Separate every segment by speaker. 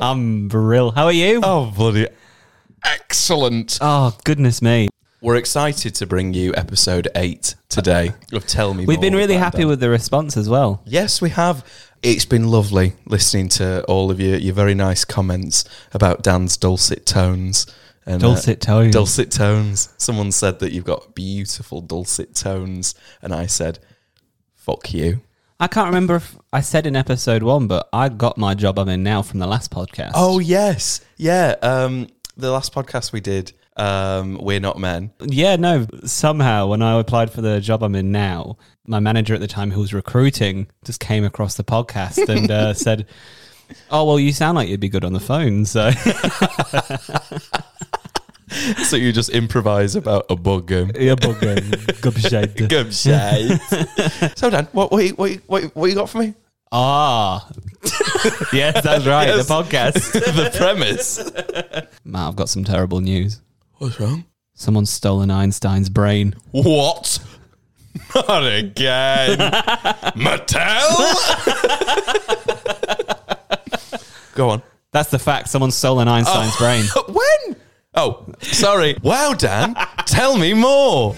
Speaker 1: I'm real. How are you? Oh,
Speaker 2: Oh, bloody excellent.
Speaker 1: goodness me.
Speaker 2: We're excited to bring you episode eight today of Tell Me
Speaker 1: We've
Speaker 2: More
Speaker 1: been really
Speaker 2: About
Speaker 1: happy
Speaker 2: Dad.
Speaker 1: with the response as well.
Speaker 2: Yes, we have. It's been lovely listening to all of your, your very nice comments about Dan's dulcet tones. And, uh,
Speaker 1: Dulcet tones.
Speaker 2: Dulcet tones. Someone said that you've got beautiful dulcet tones. And I said, fuck you.
Speaker 1: I can't remember if I said in episode one, but I got my job I'm in now from the last podcast.
Speaker 2: Oh, yes. Yeah. Um, the last podcast we did, um, We're Not Men.
Speaker 1: yeah, no. Somehow, when I applied for the job I'm in now, my manager at the time who was recruiting just came across the podcast and uh, said, Oh, well, you sound like you'd be good on the phone. So,
Speaker 2: so you just improvise about a bug. um,
Speaker 1: yeah, bugger, gubshite.
Speaker 2: Gum shade. so Dan, what what you- what you- what, you- what you got for me?
Speaker 1: Ah. yes, that's right.
Speaker 2: Yes.
Speaker 1: The podcast.
Speaker 2: the premise.
Speaker 1: Matt, I've got some terrible news.
Speaker 2: What's wrong?
Speaker 1: Someone's stolen Einstein's brain.
Speaker 2: What? Not again, Mattel. Go on.
Speaker 1: That's the fact. Someone's stolen
Speaker 2: Oh.
Speaker 1: Einstein's brain.
Speaker 2: Uh, When? Oh, sorry. Wow, Dan. tell me more.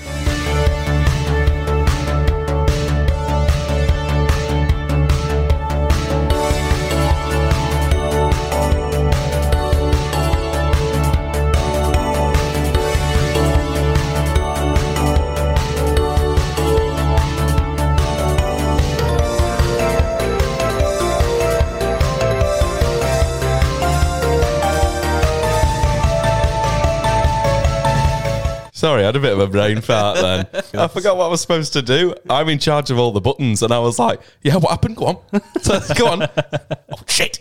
Speaker 2: Sorry, I had a bit of a brain fart then. I forgot what I was supposed to do. I'm in charge of all the buttons, and I was like, "Yeah, what happened? Go on, So, go on." Oh shit!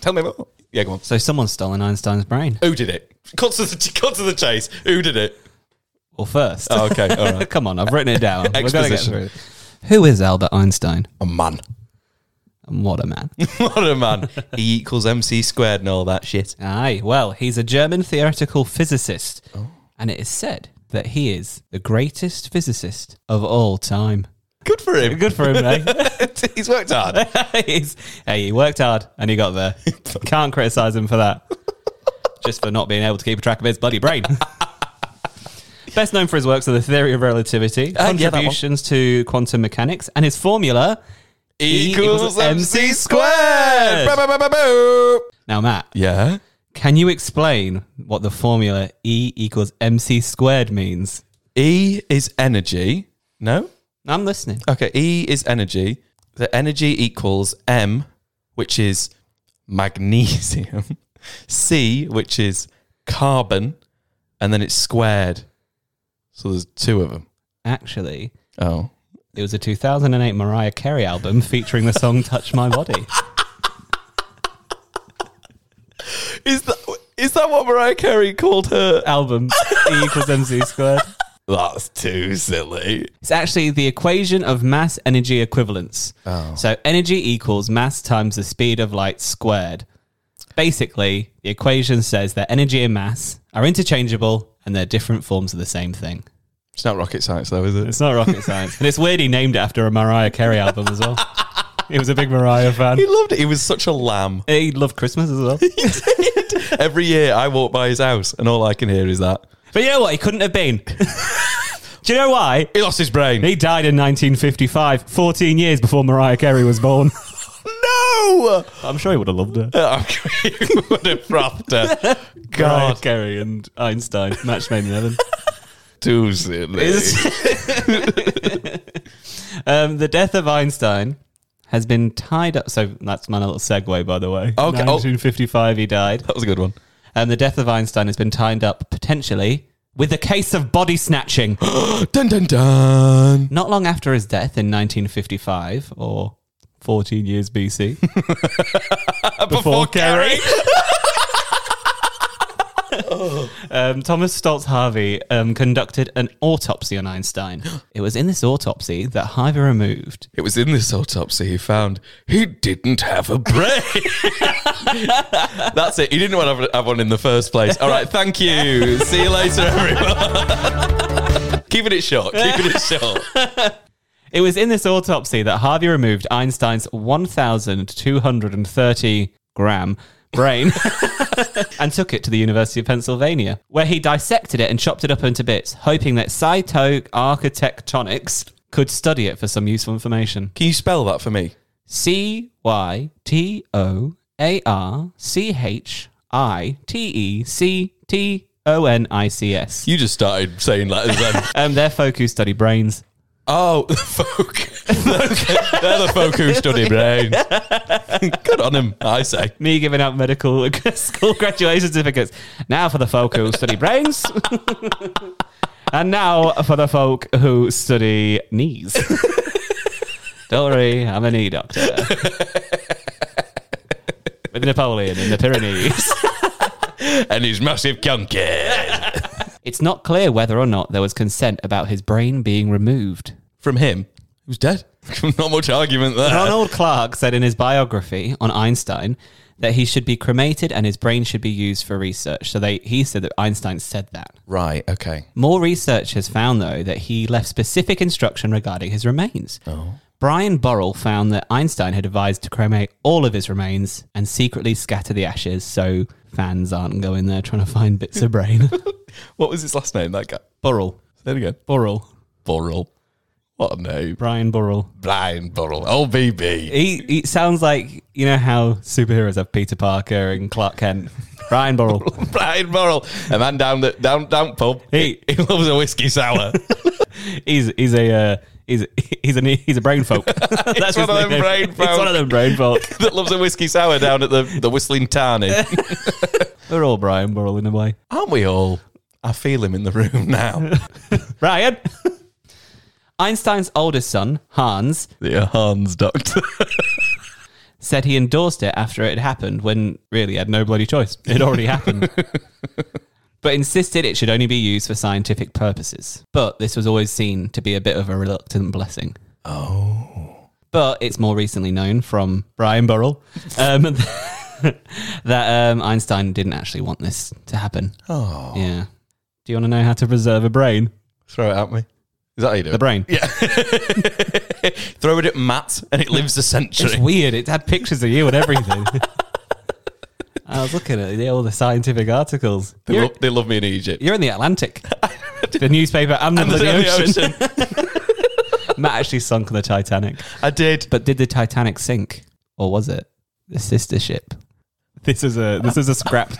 Speaker 2: Tell me more. Yeah, go on.
Speaker 1: So someone's stolen Einstein's brain.
Speaker 2: Who did it? Cut to the cut to the chase. Who did it?
Speaker 1: Well, first.
Speaker 2: Oh, okay, all right.
Speaker 1: Come on, I've written it down. We're gonna get
Speaker 2: Exposition.
Speaker 1: through it. Who is Albert Einstein?
Speaker 2: A man.
Speaker 1: And what a man.
Speaker 2: What a man. e equals MC squared and all that shit.
Speaker 1: Aye, well, he's a German theoretical physicist.
Speaker 2: Oh.
Speaker 1: And it is said that he is the greatest physicist of all time.
Speaker 2: Good for him.
Speaker 1: Good for him, mate.
Speaker 2: He's worked hard.
Speaker 1: He's- hey, he worked hard and he got there. Can't criticize him for that. Just for not being able to keep track of his bloody brain. Best known for his works are the theory of relativity,
Speaker 2: Uh, yeah, that one.
Speaker 1: contributions to quantum mechanics, and his formula.
Speaker 2: E
Speaker 1: equals
Speaker 2: equals MC
Speaker 1: MC
Speaker 2: squared.
Speaker 1: squared.
Speaker 2: Ba-ba-ba-ba-boo.
Speaker 1: Now, Matt,
Speaker 2: Yeah.
Speaker 1: can you explain what the formula E equals mc squared means?
Speaker 2: E is energy. No?
Speaker 1: I'm listening.
Speaker 2: Okay. E is energy. The energy equals M, which is magnesium. C, which is carbon. And then it's squared. So there's two of them.
Speaker 1: Actually,
Speaker 2: Oh.
Speaker 1: it was a 2008 Mariah Carey album featuring the song Touch My Body.
Speaker 2: Is that is that what Mariah Carey called her?
Speaker 1: album E equals mc squared.
Speaker 2: That's too silly.
Speaker 1: It's actually the equation of mass energy equivalence. So energy equals mass times the speed of light squared. Basically, the equation says that energy and mass are interchangeable and they're different forms of the same thing.
Speaker 2: It's not rocket science, though, is it?
Speaker 1: It's not rocket science. and it's weird he named it after a Mariah Carey album as well. he was a big Mariah fan.
Speaker 2: He loved it. He was such a lamb.
Speaker 1: He loved Christmas as well.
Speaker 2: Every year, I walk by his house, and all I can hear is that
Speaker 1: But you know what? He couldn't have been. Do you know why?
Speaker 2: he lost his brain.
Speaker 1: He died in 1955, 14 years before Mariah Carey was born.
Speaker 2: no,
Speaker 1: I'm sure he would have loved her.
Speaker 2: I'm would have frothed her.
Speaker 1: Mariah
Speaker 2: God,
Speaker 1: Carey and Einstein, match made in heaven.
Speaker 2: too silly.
Speaker 1: um, the death of Einstein has been tied up. So that's my little segue, by the way. Okay.
Speaker 2: oh.
Speaker 1: 1955, he died.
Speaker 2: That was a good one.
Speaker 1: And the death of Einstein has been tied up potentially with a case of body snatching.
Speaker 2: Dun dun dun.
Speaker 1: Not long after his death in 1955, or 14 years BC,
Speaker 2: Uh, Before Carey.
Speaker 1: um, Thomas Stoltz Harvey um, conducted an autopsy on Einstein. It was in this autopsy that Harvey removed
Speaker 2: It was in this autopsy he found he didn't have a brain. That's it. He didn't want to have one in the first place. All right, thank you. See you later, everyone. Keeping it short. Keeping it short.
Speaker 1: It was in this autopsy that Harvey removed Einstein's 1,230 gram brain and took it to the University of Pennsylvania, where he dissected it and chopped it up into bits, hoping that cytoarchitectonics could study it for some useful information.
Speaker 2: Can you spell that for me?
Speaker 1: C Y T O A R C H I T E C T O N I C S.
Speaker 2: You just started saying letters then.
Speaker 1: Um, their focu study brains.
Speaker 2: oh, the folk. They're the folk who study brain. Good on him, I say.
Speaker 1: Me giving out medical school graduation certificates. Now for the folk who study brains. and now for the folk who study knees. Don't worry, I'm a knee doctor. With Napoleon in the Pyrenees.
Speaker 2: And his massive conky.
Speaker 1: It's not clear whether or not there was consent about his brain being removed.
Speaker 2: From him, who's dead. Not much argument there.
Speaker 1: Ronald Clark said in his biography on Einstein that he should be cremated and his brain should be used for research. So they, he said that Einstein said that.
Speaker 2: Right, okay.
Speaker 1: More research has found, though, that he left specific instruction regarding his remains. Brian Borrell found that Einstein had advised to cremate all of his remains and secretly scatter the ashes so fans aren't going there trying to find bits of brain.
Speaker 2: What was his last name, that guy?
Speaker 1: Borrell.
Speaker 2: Say it again.
Speaker 1: Borrell.
Speaker 2: Burrell. What a name.
Speaker 1: Brian Borrell.
Speaker 2: Brian Burrell. OBB.
Speaker 1: He, he sounds like, you know how superheroes have Peter Parker and Clark Kent. Brian Borrell.
Speaker 2: Brian Burrell. A man down the down down pub.
Speaker 1: He-
Speaker 2: he loves a whiskey sour.
Speaker 1: he's he's a uh, he's he's a he's a brain folk. That's
Speaker 2: one
Speaker 1: his
Speaker 2: of them
Speaker 1: nickname.
Speaker 2: brain
Speaker 1: It's
Speaker 2: folk.
Speaker 1: one of them brain folk.
Speaker 2: that loves a whiskey sour down at the, the Whistling Tarny.
Speaker 1: We're all Brian Borrell in a way.
Speaker 2: Aren't we all? I feel him in the room now.
Speaker 1: Brian. Einstein's oldest son, Hans,
Speaker 2: the Hans doctor.
Speaker 1: said he endorsed it after it had happened when really he had no bloody choice. It had already happened. But insisted it should only be used for scientific purposes. But this was always seen to be a bit of a reluctant blessing.
Speaker 2: Oh.
Speaker 1: but it's more recently known from Brian Burrell um, that um, Einstein didn't actually want this to happen.
Speaker 2: Oh.
Speaker 1: Yeah. Do you want to know how to preserve a brain?
Speaker 2: Throw it at me. Is that how you do
Speaker 1: The
Speaker 2: it?
Speaker 1: brain.
Speaker 2: Throw it at Matt and it lives a
Speaker 1: It's
Speaker 2: century.
Speaker 1: weird. It had pictures of you and everything. I was looking at the- all the scientific articles.
Speaker 2: They
Speaker 1: You're,
Speaker 2: love, they love me in Egypt.
Speaker 1: you're in the Atlantic, the newspaper, and the, bloody
Speaker 2: In the
Speaker 1: ocean.
Speaker 2: ocean.
Speaker 1: Matt actually sunk on the Titanic.
Speaker 2: I did.
Speaker 1: But did the Titanic sink, or was it the sister ship? This is a this is a scrap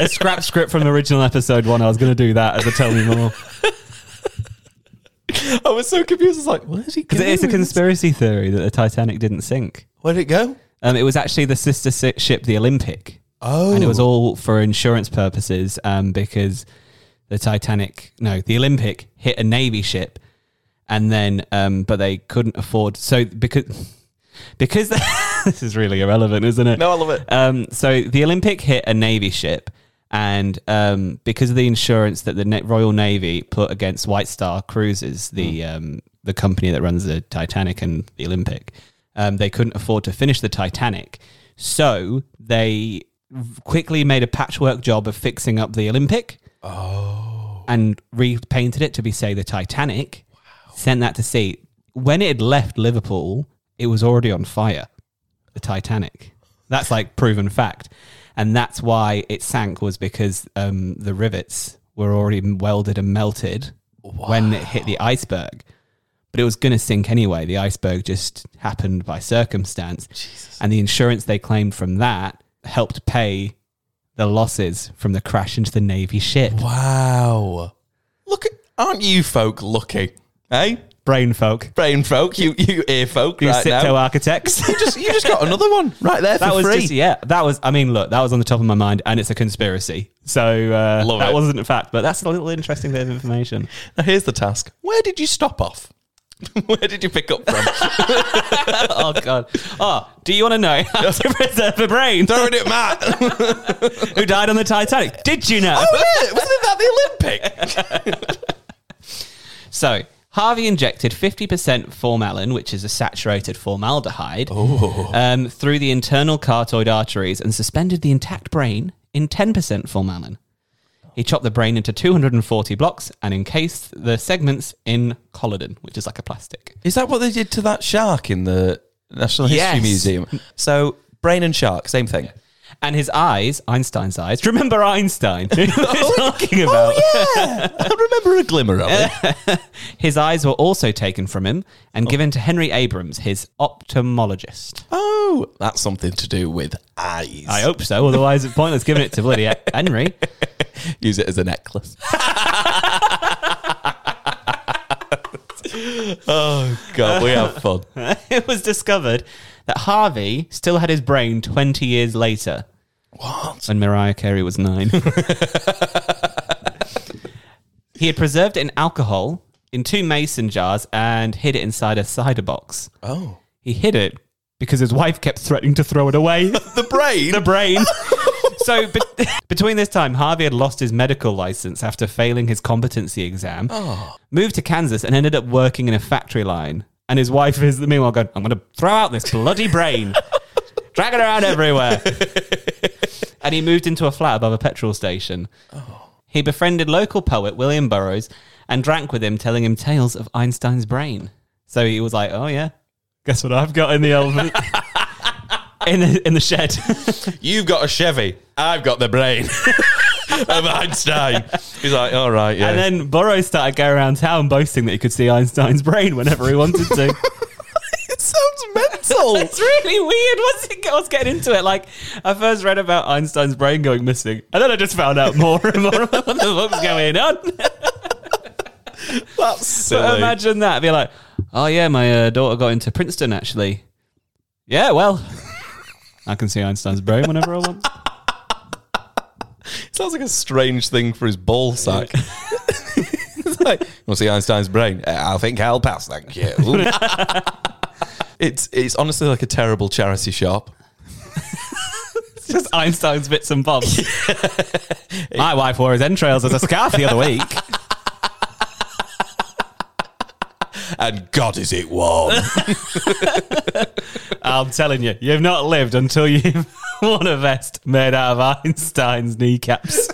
Speaker 1: a scrap script from the original episode one. I was going to do that as a tell me more
Speaker 2: I was so confused. I was like, where's he
Speaker 1: because
Speaker 2: going?
Speaker 1: it is a conspiracy theory that the Titanic didn't sink.
Speaker 2: Where'd it go?
Speaker 1: Um, it was actually the sister si- ship, the Olympic,
Speaker 2: Oh.
Speaker 1: and it was all for insurance purposes um, because the Titanic, no, the Olympic hit a Navy ship, and then um, but they couldn't afford so because because this is really irrelevant, isn't it?
Speaker 2: no, I love it.
Speaker 1: Um, so the Olympic hit a Navy ship, and um, because of the insurance that the Na- Royal Navy put against White Star Cruises, the um, the company that runs the Titanic and the Olympic, um, they couldn't afford to finish the Titanic, so they quickly made a patchwork job of fixing up the Olympic and repainted it to be say the Titanic. Sent that to sea. When it had left Liverpool, it was already on fire. The Titanic. That's like proven fact, and that's why it sank was because um, the rivets were already welded and melted when it hit the iceberg. But it was going to sink anyway. The iceberg just happened by circumstance, and the insurance they claimed from that helped pay the losses from the crash into the navy ship.
Speaker 2: Wow. Look, at, aren't you folk lucky? Hey,
Speaker 1: brain folk.
Speaker 2: brain folk, you you ear folk
Speaker 1: You
Speaker 2: right
Speaker 1: Sipto
Speaker 2: now.
Speaker 1: architects.
Speaker 2: You just you just got another one right there for
Speaker 1: that was
Speaker 2: free.
Speaker 1: just, yeah, that was, I mean, look, that was on the top of my mind and it's a conspiracy. So uh,
Speaker 2: Love
Speaker 1: that
Speaker 2: it.
Speaker 1: wasn't a fact, but that's a little interesting bit of information.
Speaker 2: Now here's the task. Where did you stop off? Where did you pick up from?
Speaker 1: oh, God. Oh, do you want to know how to preserve a brain?
Speaker 2: Throwing it, Matt. oh,
Speaker 1: Who died on the Titanic? Did you know?
Speaker 2: yeah, wasn't that the Olympic?
Speaker 1: So Harvey injected 50% formalin, which is a saturated formaldehyde, um, through the internal cartoid arteries and suspended the intact brain in 10% formalin. He chopped the brain into 240 blocks and encased the segments in collagen, which is like a plastic.
Speaker 2: Is that what they did to that shark in the National
Speaker 1: Yes.
Speaker 2: History Museum? So brain and shark, same thing.
Speaker 1: And his eyes, Einstein's eyes. Do you Remember Einstein? Who we're talking about?
Speaker 2: I remember a glimmer of it.
Speaker 1: His eyes were also taken from him and given to Henry Abrams, his ophthalmologist.
Speaker 2: Oh, that's something to do with eyes.
Speaker 1: I hope so. Otherwise, it's pointless giving it to bloody Henry.
Speaker 2: Use it as a necklace. oh god, we have fun.
Speaker 1: it was discovered that Harvey still had his brain 20 years later. What? When Mariah Carey was nine. he had preserved it in alcohol in two mason jars and hid it inside a cider box.
Speaker 2: Oh,
Speaker 1: He hid it because his wife kept threatening to throw it away.
Speaker 2: the brain.
Speaker 1: the brain. So be- between this time, Harvey had lost his medical license after failing his competency exam, moved to Kansas, and ended up working in a factory line. And his wife is meanwhile going, "I'm going to throw out this bloody brain, drag it around everywhere." and he moved into a flat above a petrol station. He befriended local poet William Burroughs and drank with him, telling him tales of Einstein's brain. So he was like, "Oh yeah, guess what I've got in the old in the, in the shed."
Speaker 2: You've got a Chevy. I've got the brain of Einstein. He's like, all right, yeah.
Speaker 1: And then Burroughs started going around town boasting that he could see Einstein's brain whenever he wanted to.
Speaker 2: it sounds mental.
Speaker 1: it's really weird. Once it, I was getting into it, like I first read about Einstein's brain going missing, and then I just found out more and more about what the fuck's going on.
Speaker 2: That's silly.
Speaker 1: Imagine that. Be like, oh yeah, my uh, daughter got into Princeton actually. Yeah, well, I can see Einstein's brain whenever I want.
Speaker 2: Sounds like a strange thing for his ball sack. it's like, you want to see Einstein's brain? Uh, I think I'll pass, thank you. it's it's honestly like a terrible charity shop.
Speaker 1: It's just Einstein's bits and bobs. my wife wore his entrails as a scarf the other week.
Speaker 2: And God, is it warm?
Speaker 1: I'm telling you, you've not lived until you've worn a vest made out of Einstein's kneecaps.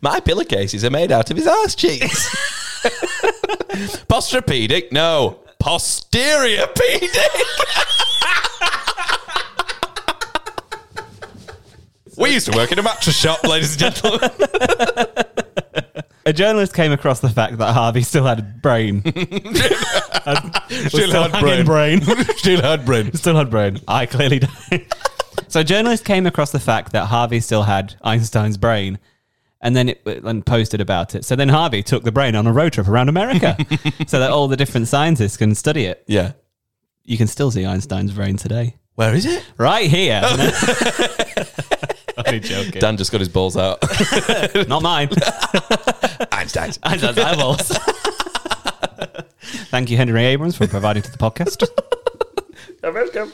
Speaker 2: My pillowcases are made out of his ass cheeks. Postropedic? No. Posteriorpedic. we used to work in a mattress shop, ladies and gentlemen.
Speaker 1: A journalist came across the fact that Harvey still had a brain. And was still,
Speaker 2: had
Speaker 1: hanging brain.
Speaker 2: Still had brain.
Speaker 1: still had brain. I clearly don't. so a journalist came across the fact that Harvey still had Einstein's brain. And then it and posted about it. So then Harvey took the brain on a road trip around America, so that all the different scientists can study it.
Speaker 2: Yeah.
Speaker 1: You can still see Einstein's brain today,
Speaker 2: Where is it?
Speaker 1: right here. Only joking.
Speaker 2: Dan just got his balls out.
Speaker 1: Not mine.
Speaker 2: Einstein's.
Speaker 1: Einstein's eyeballs. Thank you, Henry Abrams, for providing to the podcast.
Speaker 2: You're welcome.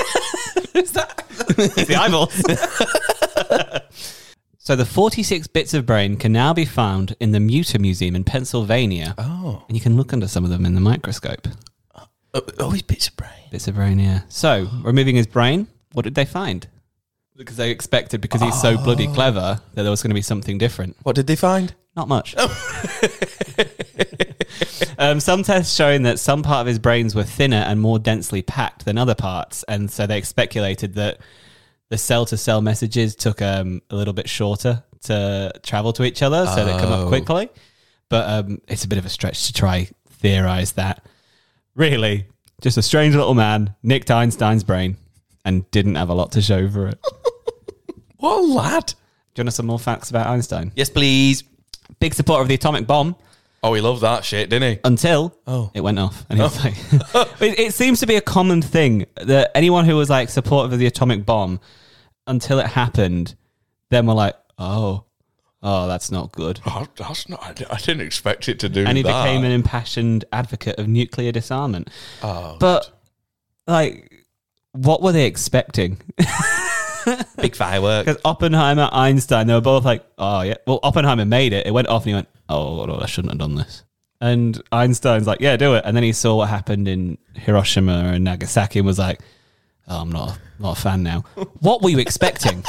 Speaker 1: It's the eyeballs. so the 46 bits of brain can now be found in the Muta Museum in Pennsylvania.
Speaker 2: Oh.
Speaker 1: And you can look under some of them in the microscope.
Speaker 2: Oh, Always bits of brain.
Speaker 1: Bits of brain, yeah. So, removing his brain, what did they find? Because they expected, because he's so bloody clever, that there was going to be something different.
Speaker 2: What did they find?
Speaker 1: Not much. um, some tests showing that some part of his brains were thinner and more densely packed than other parts, and so they speculated that the cell to cell messages took um, a little bit shorter to travel to each other, so they come up
Speaker 2: Oh.
Speaker 1: quickly. But um, it's a bit of a stretch to try theorize that. Really, just a strange little man nicked Einstein's brain and didn't have a lot to show for it.
Speaker 2: What a lad.
Speaker 1: Do you want some more facts about Einstein?
Speaker 2: Yes, please.
Speaker 1: Big supporter of the atomic bomb.
Speaker 2: Oh, he loved that shit, didn't he?
Speaker 1: until
Speaker 2: Oh.
Speaker 1: it went off and he was like it, it seems to be a common thing that anyone who was like supportive of the atomic bomb until it happened then were like oh oh that's not good
Speaker 2: Oh, that's not, I di- I didn't expect it to do
Speaker 1: and he
Speaker 2: that.
Speaker 1: became an impassioned advocate of nuclear disarmament
Speaker 2: oh,
Speaker 1: but like what were they expecting
Speaker 2: big firework.
Speaker 1: because oppenheimer einstein they were both like oh yeah well oppenheimer made it it went off and he went oh no, i shouldn't have done this and einstein's like yeah do it and then he saw what happened in hiroshima and nagasaki and was like oh, i'm not not a fan now what were you expecting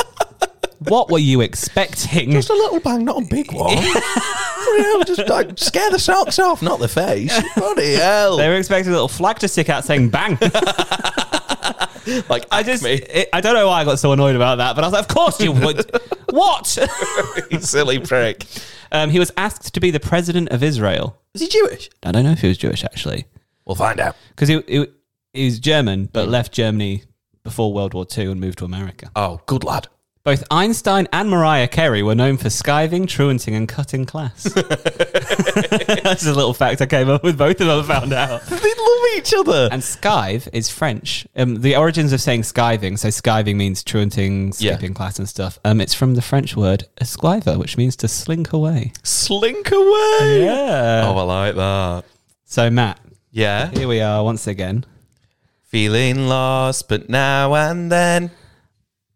Speaker 1: what were you expecting
Speaker 2: Just a little bang, not a big one. yeah, just like, scare the socks off, not the face. Bloody hell.
Speaker 1: they were expecting a little flag to stick out saying bang
Speaker 2: like
Speaker 1: I just, it, I don't know why I got so annoyed about that, but I was like, of course you would. what?
Speaker 2: silly prick.
Speaker 1: um, he was asked to be the president of Israel.
Speaker 2: Is he Jewish?
Speaker 1: I don't know if he was Jewish actually,
Speaker 2: We'll find out.
Speaker 1: because he, he he was German but left Germany before World War II and moved to America.
Speaker 2: Oh, good lad.
Speaker 1: Both Einstein and Mariah Carey were known for skiving, truanting, and cutting class. That's a little fact I came up with. Both of them found out.
Speaker 2: They love each other.
Speaker 1: And skive is French. Um, the origins of saying skiving, so skiving means truanting,
Speaker 2: Yeah.
Speaker 1: skipping class and stuff. Um, it's from the French word esquiver, which means to slink away.
Speaker 2: Slink away.
Speaker 1: Yeah.
Speaker 2: Oh, I like that.
Speaker 1: So Matt,
Speaker 2: Yeah.
Speaker 1: here we are once again.
Speaker 2: Feeling lost, but now and then.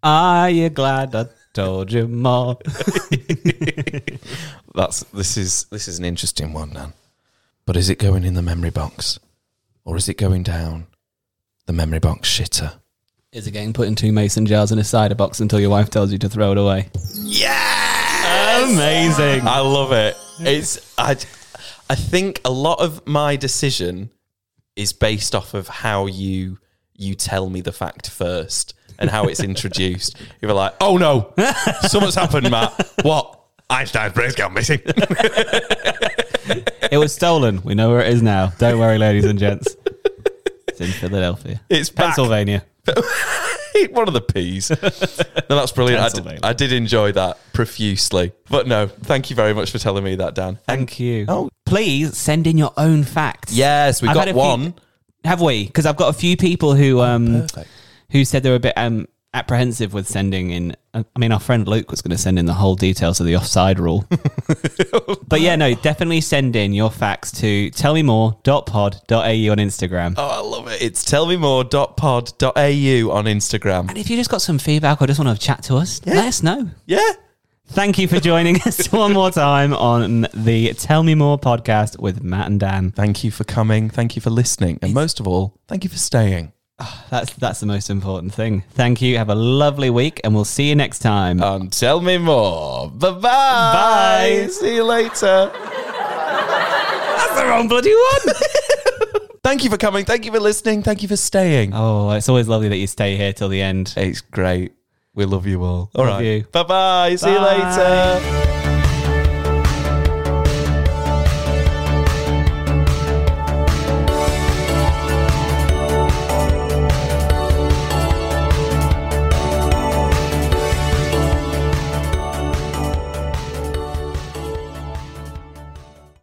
Speaker 1: Are you glad I told you more?
Speaker 2: That's this is this is an interesting one, Nan. But is it going in the memory box, or is it going down the memory box shitter?
Speaker 1: Is it getting put in two mason jars in a cider box until your wife tells you to throw it away?
Speaker 2: Yeah,
Speaker 1: Amazing.
Speaker 2: I love it. It's I, I think a lot of my decision is based off of how you you tell me the fact first and how it's introduced. You're like, oh no, something's happened, Matt. What? Einstein's brain's gone missing.
Speaker 1: It was stolen. We know where it is now. Don't worry, ladies and gents. It's in Philadelphia,
Speaker 2: It's back.
Speaker 1: Pennsylvania.
Speaker 2: one of the P's. No, that's brilliant. I
Speaker 1: Pennsylvania.
Speaker 2: did, I did enjoy that profusely. But no, thank you very much for telling me that, Dan.
Speaker 1: Thank you.
Speaker 2: Oh.
Speaker 1: please send in your own facts.
Speaker 2: Yes, we
Speaker 1: I've
Speaker 2: got
Speaker 1: had a few-
Speaker 2: one.
Speaker 1: have we? Because I've got a few people who um
Speaker 2: perfect.
Speaker 1: who said they were a bit um apprehensive with sending in. uh, I mean, our friend Luke was going to send in the whole details of the offside rule. but yeah, no, definitely send in your facts to tellmemore.pod.au on Instagram.
Speaker 2: Oh, I love it. It's tellmemore.pod.au on Instagram.
Speaker 1: And if you just got some feedback or just want to chat to us, let us know.
Speaker 2: Yeah.
Speaker 1: Thank you for joining us one more time on the Tell Me More podcast with Matt and Dan.
Speaker 2: Thank you for coming. Thank you for listening. And most of all, thank you for staying.
Speaker 1: That's that's the most important thing. Thank you. Have a lovely week and we'll see you next time.
Speaker 2: And tell me more. Bye bye.
Speaker 1: Bye.
Speaker 2: See you later.
Speaker 1: That's the wrong bloody one.
Speaker 2: Thank you for coming. Thank you for listening. Thank you for staying.
Speaker 1: oh, it's always lovely that you stay here till the end.
Speaker 2: It's great. We love you all. All
Speaker 1: Love
Speaker 2: right.
Speaker 1: you.
Speaker 2: Bye bye. See you
Speaker 1: Bye.
Speaker 2: later.